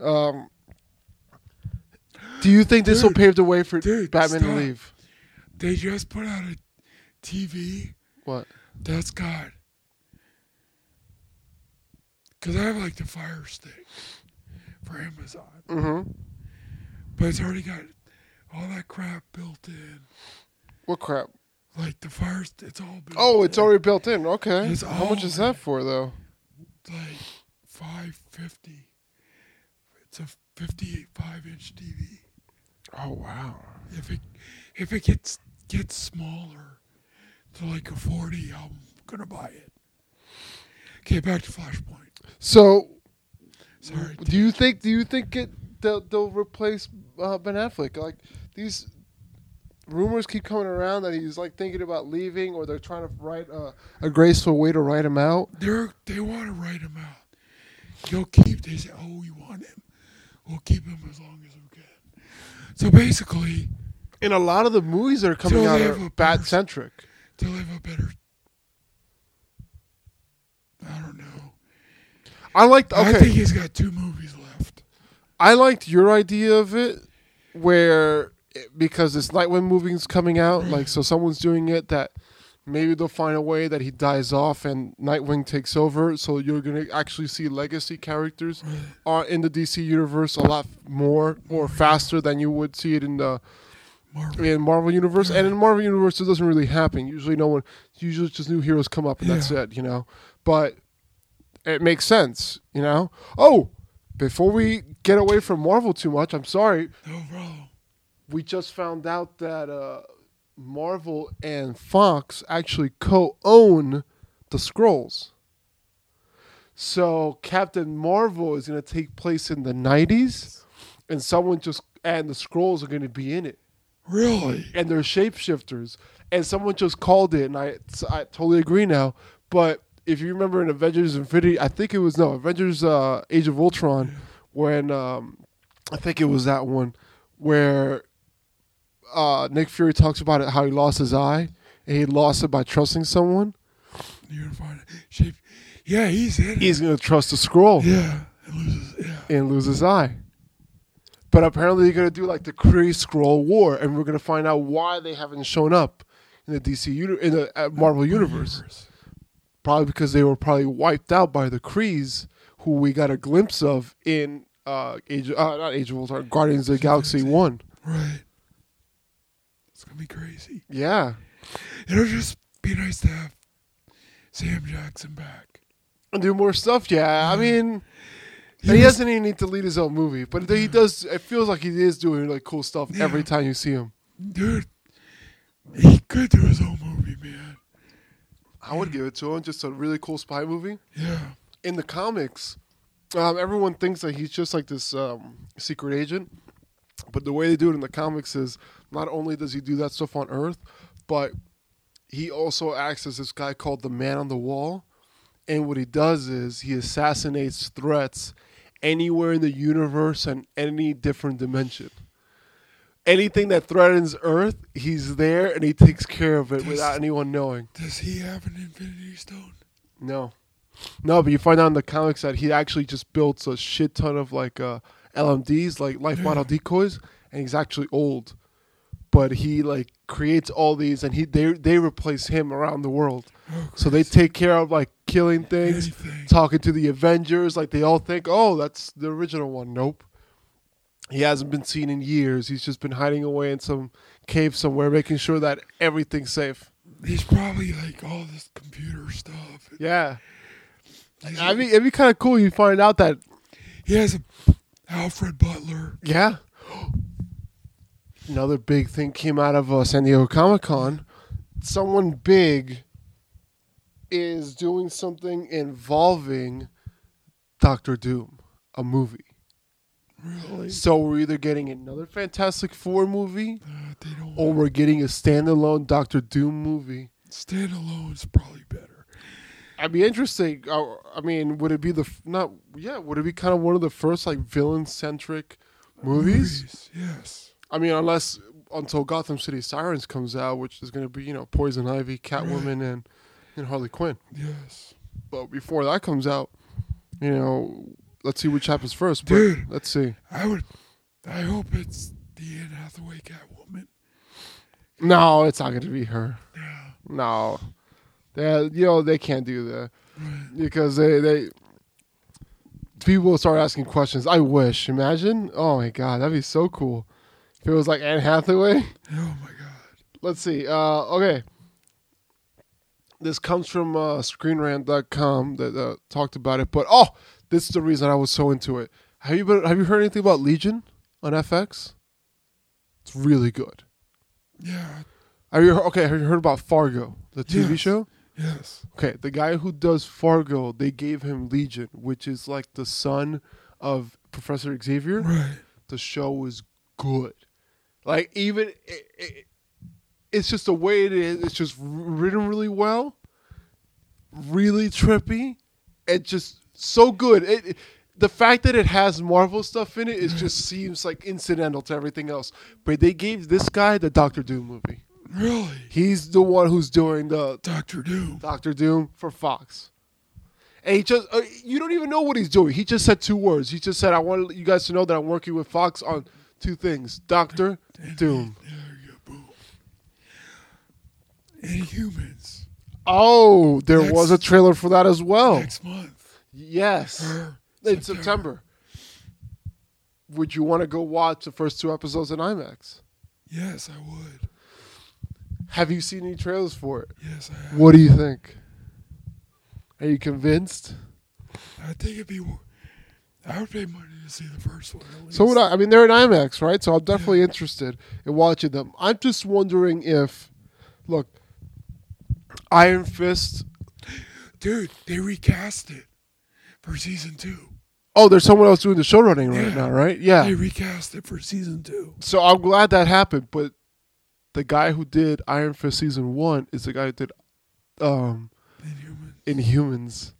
Um, do you think this will Dude, pave the way for dude, Batman to stop. leave? They just put out a TV What? that's got. Because I have like the Fire Stick for Amazon, Mm-hmm. but it's already got all that crap built in. What crap? Like the Fire Stick, it's all built Oh, it's in. already built in. Okay. It's How much is all- that for though? like 550. It's a 55 inch TV. Oh wow. If it if it gets gets smaller to like a 40, I'm gonna buy it. Okay, back to Flashpoint. So, Sorry. do you think do you think it they'll, they'll replace uh, Ben Affleck? Like these rumors keep coming around that he's like thinking about leaving, or they're trying to write a, a graceful way to write him out. They're they want to write him out. You'll keep. They say, oh, we want him. We'll keep him as long as we can. So basically, And a lot of the movies that are coming So out they are have a bat person- centric. to live a better. I don't know. I liked I think okay. he's got two movies left. I liked your idea of it, where it- because this Nightwing movie's coming out, like so someone's doing it that. Maybe they'll find a way that he dies off and Nightwing takes over, so you're gonna actually see legacy characters are in the DC universe a lot more or faster than you would see it in the Marvel. in Marvel universe. And in Marvel universe, it doesn't really happen. Usually, no one. Usually, it's just new heroes come up and that's Yeah. it. You know, but it makes sense. You know. Oh, before we get away from Marvel too much, I'm sorry. No problem. We just found out that uh, Marvel and Fox actually co-own the Scrolls. So Captain Marvel is going to take place in the 90s, and someone just and the Scrolls are going to be in it Really? and they're shapeshifters. And someone just called it, and I, I totally agree now. But if you remember in Avengers Infinity, I think it was no Avengers uh, Age of Ultron, when um, I think it was that one where uh, Nick Fury talks about it, how he lost his eye, and he lost it by trusting someone. Unified shape. Yeah, he's in it. He's gonna trust the scroll yeah, and loses. Yeah. and lose his eye. But apparently they're gonna do like the Kree Scroll War, and we're gonna find out why they haven't shown up in the DC uni- in the uh, Marvel universe. probably because they were probably wiped out by the Krees, who we got a glimpse of in uh, Age, uh, not Age of Ultron, Guardians of the Galaxy One. Right. It's gonna be crazy. Yeah, It'll just be nice to have Sam Jackson back. and do more stuff. Yeah, I mean, He and he was- doesn't even need to lead his own movie, but he does. It feels like he is doing like cool stuff every Yeah. time you see him. Dude, he could do his own movie, man. I would give it to him. Just a really cool spy movie. Yeah. in the comics, um, everyone thinks that he's just like this um, secret agent. But the way they do it in the comics is not only does he do that stuff on Earth, but he also acts as this guy called the Man on the Wall. And what he does is he assassinates threats anywhere in the universe and any different dimension. Anything that threatens Earth, he's there and he takes care of it without anyone knowing. Does he have an Infinity Stone? No, no, but you find out in the comics that he actually just built a shit ton of like uh, LMDs, like life model decoys, and he's actually old. But he like creates all these, and he they they replace him around the world. Oh, So they take care of like killing things, Anything. talking to the Avengers. Like they all think, oh, that's the original one. Nope. He hasn't been seen in years. He's just been hiding away in some cave somewhere, making sure that everything's safe. He's probably like all this computer stuff. Yeah, He's- I mean, it'd be kind of cool. You find out that he has a Alfred Butler. Yeah. Another big thing came out of uh, San Diego Comic Con. Someone big is doing something involving Doctor Doom, a movie. Really? So we're either getting another Fantastic Four movie, Uh, they don't or we're getting a standalone Doctor Doom movie. Standalone is probably better. I'd be interesting. I, I mean, would it be the f- not? Yeah, would it be kind of one of the first like villain centric movies? Yes. I mean, unless until Gotham City Sirens comes out, which is going to be you know Poison Ivy, Catwoman, and and Harley Quinn. Yes. But before that comes out, you know, let's see which happens first. But Dude. let's see. I would. I hope it's the Anne Hathaway Catwoman. No, it's not going to be her. Yeah. No, they you know they can't do that because they they people will start asking questions. I wish. Imagine. Oh my god, that'd be so cool. If it was like Anne Hathaway. Oh my God. Let's see. Uh, okay. This comes from uh, ScreenRant.com that uh, talked about it. But oh, this is the reason I was so into it. Have you been, Have you heard anything about Legion on FX? It's really good. Yeah. Have you okay? Have you heard about Fargo, the TV Yes. show? Yes. Okay, the guy who does Fargo, they gave him Legion, which is like the son of Professor Xavier. Right. The show was good. Like even it, it, it's just the way it is. It's just written really well, really trippy, and just so good. It, it- the fact that it has Marvel stuff in it, it just seems like incidental to everything else. But they gave this guy the Doctor Doom movie. Really. He's the one who's doing the Doctor Doom. Doctor Doom for Fox. And he just, uh, you don't even know what he's doing. He just said two words. He just said, I want you guys to know that I'm working with Fox on two things Doctor Doom. There you go. Boom. Inhumans. Oh, there Next- was a trailer for that as well. Next month. Yes. Or In September. Would you want to go watch the first two episodes in IMAX? Yes, I would. Have you seen any trailers for it? Yes, I. What do you think? Are you convinced? I think it'd be. wor- I would pay money to see the first one. at So least. would I. I mean, they're in IMAX, right? So I'm definitely interested in watching them. I'm just wondering if, look, Iron Fist. Dude, they recast it for season two. Oh, there's someone else doing the show running right Yeah. now, right? Yeah. They recast it for season two. So I'm glad that happened. But the guy who did Iron Fist season one is the guy who did um, Inhuman. Inhumans.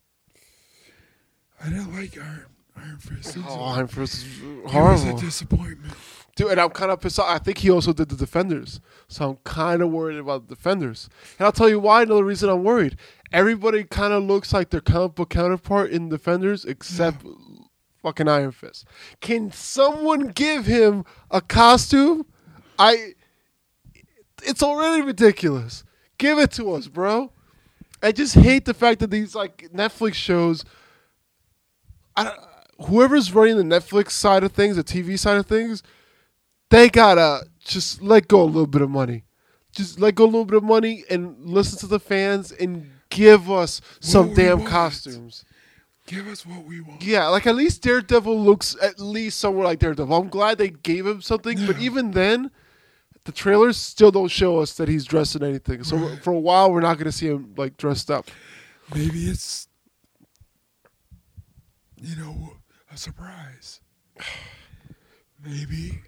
I didn't like Iron Iron Fist. It was Oh, a- Iron Fist is It horrible, was a disappointment. dude. And I'm kind of pissed off. I think he also did the Defenders, so I'm kind of worried about the Defenders. And I'll tell you why. Another reason I'm worried. Everybody kind of looks like their comic book counterpart in Defenders, except fucking Iron Fist. Can someone give him a costume? I. It's already ridiculous. Give it to us, bro. I just hate the fact that these like Netflix shows. I don't, whoever's running the Netflix side of things, the TV side of things, they gotta just let go a little bit of money. Just let go a little bit of money and listen to the fans and give us some we damn want. costumes. Give us what we want. Yeah, like at least Daredevil looks at least somewhere like Daredevil. I'm glad they gave him something, but even then, the trailers still don't show us that he's dressed in anything. So for a while, we're not going to see him like dressed up. Maybe it's, you know, a surprise. Maybe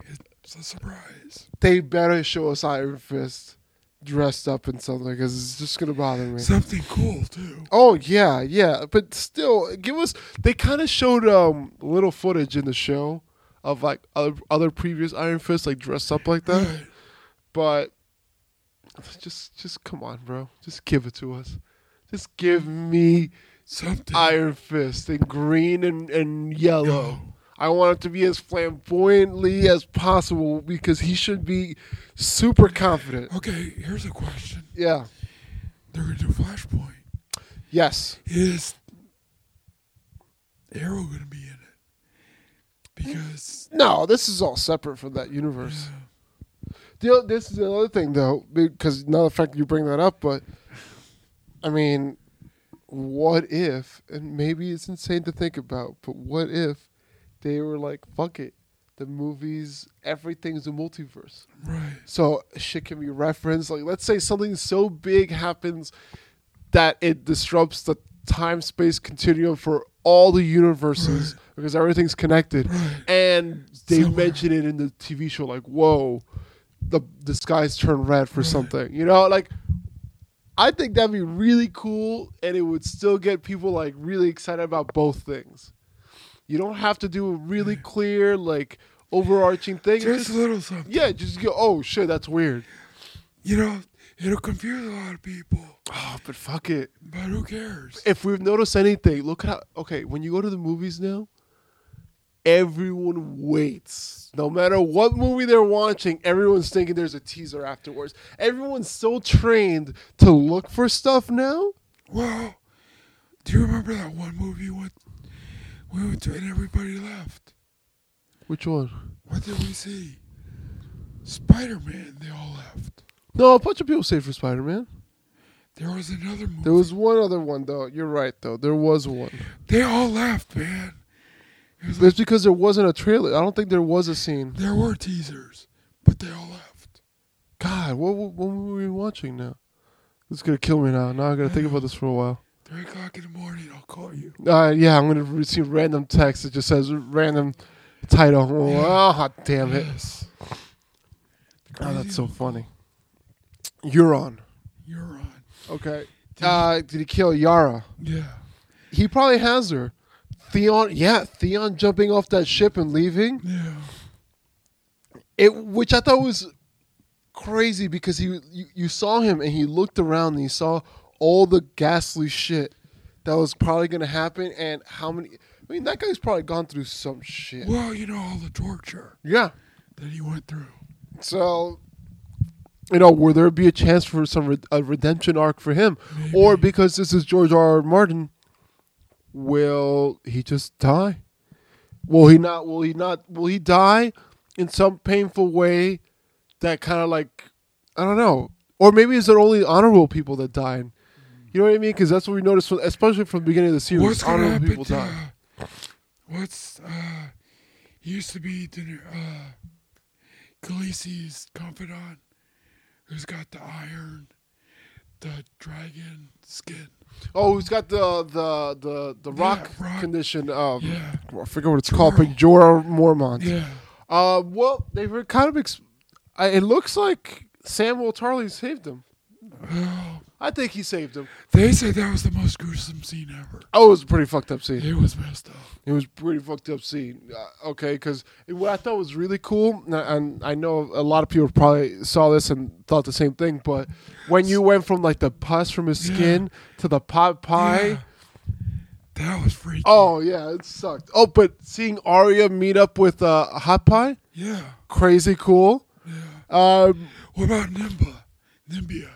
it's a surprise. They better show us Iron Fist dressed up in something because it's just going to bother me. Something cool, too. Oh yeah, yeah, but still, give us. They kind of showed um little footage in the show of like other, other previous Iron Fist like dressed up like that. Right. but just just come on, bro. Just give it to us. Just give me Something. Iron Fist in green and, and yellow. I want it to be as flamboyantly as possible because he should be super confident. okay, here's a question. Yeah. They're going to do Flashpoint. Yes. Is Arrow going to be in it? Because No, this is all separate from that universe. The o- this is another thing though, because now the fact that you bring that up, but I mean, what if? And maybe it's insane to think about, but what if they were like, "Fuck it," the movies, everything's a multiverse, right, so shit can be referenced. Like, let's say something so big happens that it disrupts the time space continuum for all the universes because everything's connected right, and they Somewhere. mention it in the TV show, like, whoa, the the skies turn red for something. You know, like I think that'd be really cool, and it would still get people like really excited about both things. You don't have to do a really clear like overarching thing. It's Just a just- little something. yeah, just go. Oh shit, that's weird. You know, it'll confuse a lot of people, Oh, but fuck it. but who cares? If we've noticed anything, look at how okay. When you go to the movies now, everyone waits. No matter what movie they're watching, everyone's thinking there's a teaser afterwards. Everyone's so trained to look for stuff now. Well, do you remember that one movie we went, we went to and everybody left? Which one? What did we see? Spider Man, they all left. No, a bunch of people say for Spider Man. There was another movie. There was one other one though. You're right though. There was one. they all left, man. It was But like, it's because there wasn't a trailer. I don't think there was a scene. there were teasers, but they all left. God, what what, what were we watching now? It's gonna kill me now. Now I gotta think about this for a while. Three o'clock in the morning, I'll call you. Uh, yeah, I'm gonna receive random text that just says random title. Oh, hot damn it! Yes. Oh, that's so funny. You're on. You're on. Okay. Uh, did he kill Yara? Yeah. He probably has her. Theon, yeah, Theon jumping off that ship and leaving. Yeah. It, which I thought was crazy because he you, you saw him and he looked around and he saw all the ghastly shit that was probably gonna happen and how many. I mean, that guy's probably gone through some shit. Well, you know all the torture Yeah. that he went through. So, you know, will there be a chance for some re- a redemption arc for him, or because this is George R. R. Martin, will he just die? Will he not? Will he not? Will he die in some painful way that kind of like I don't know, or maybe is it only honorable people that died? You know what I mean? Because that's what we noticed, from, especially from the beginning of the series. What's gonna honorable happen people to, die. uh, what's uh he used to be the new, uh Khaleesi's confidant who's got the iron the dragon skin. Oh, he's got the the the, the Yeah, rock, rock. condition. um, Of, Yeah. I forget what it's called, but Jorah Mormont. Yeah. Uh, well, they were kind of. Ex- I, it looks like Samuel Tarly saved him. Well, I think he saved him. they said that was the most gruesome scene ever. Oh, it was a pretty fucked up scene. It was messed up. It was a pretty fucked up scene. Uh, okay, because what I thought was really cool, and I, and I know a lot of people probably saw this and thought the same thing, but when you went from like the pus from his skin to the pot pie. Yeah. That was freaky. Oh yeah, it sucked. Oh, but seeing Arya meet up with uh, Hot Pie, Yeah. crazy cool. Um, What about Nimba? Nimbia,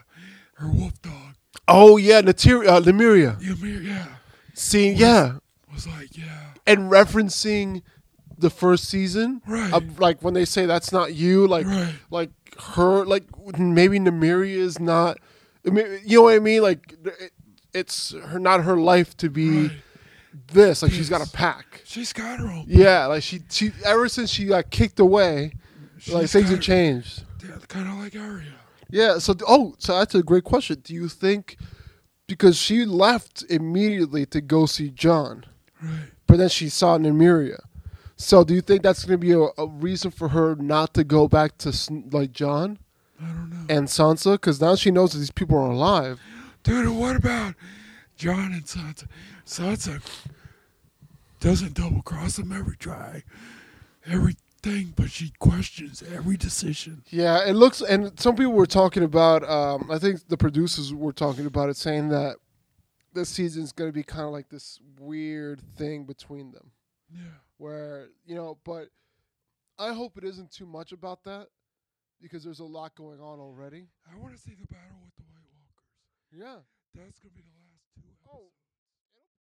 her wolf dog. oh yeah, Nateri- uh, Lemuria. Ymir, yeah. Seeing yeah, Was like, yeah. and referencing the first season, Right. of, like when they say that's not you, like Right. like her, like maybe Nymeria is not. I mean, you know what I mean? Like it, it's her, not her life to be Right. this. Like she's got Yes. a pack. She's got her own Yeah, like she she ever since she got kicked away, like She's things have got- changed. kind of like Arya. Yeah. So oh, so that's a great question. Do you think because she left immediately to go see John? Right. but then she saw Nymeria. So do you think that's going to be a, a reason for her not to go back to Sn- like John I don't know. and Sansa? Because now she knows that these people are alive. Dude, and what about John and Sansa? Sansa doesn't double cross him every try, everything, but she questions every decision. Yeah, it looks. And some people were talking about. Um, I think the producers were talking about it, saying that this season's going to be kind of like this weird thing between them, Yeah. where you know. But I hope it isn't too much about that, because there's a lot going on already. I want to see the battle with the White Walkers. Yeah. That's going to be the last two. Oh,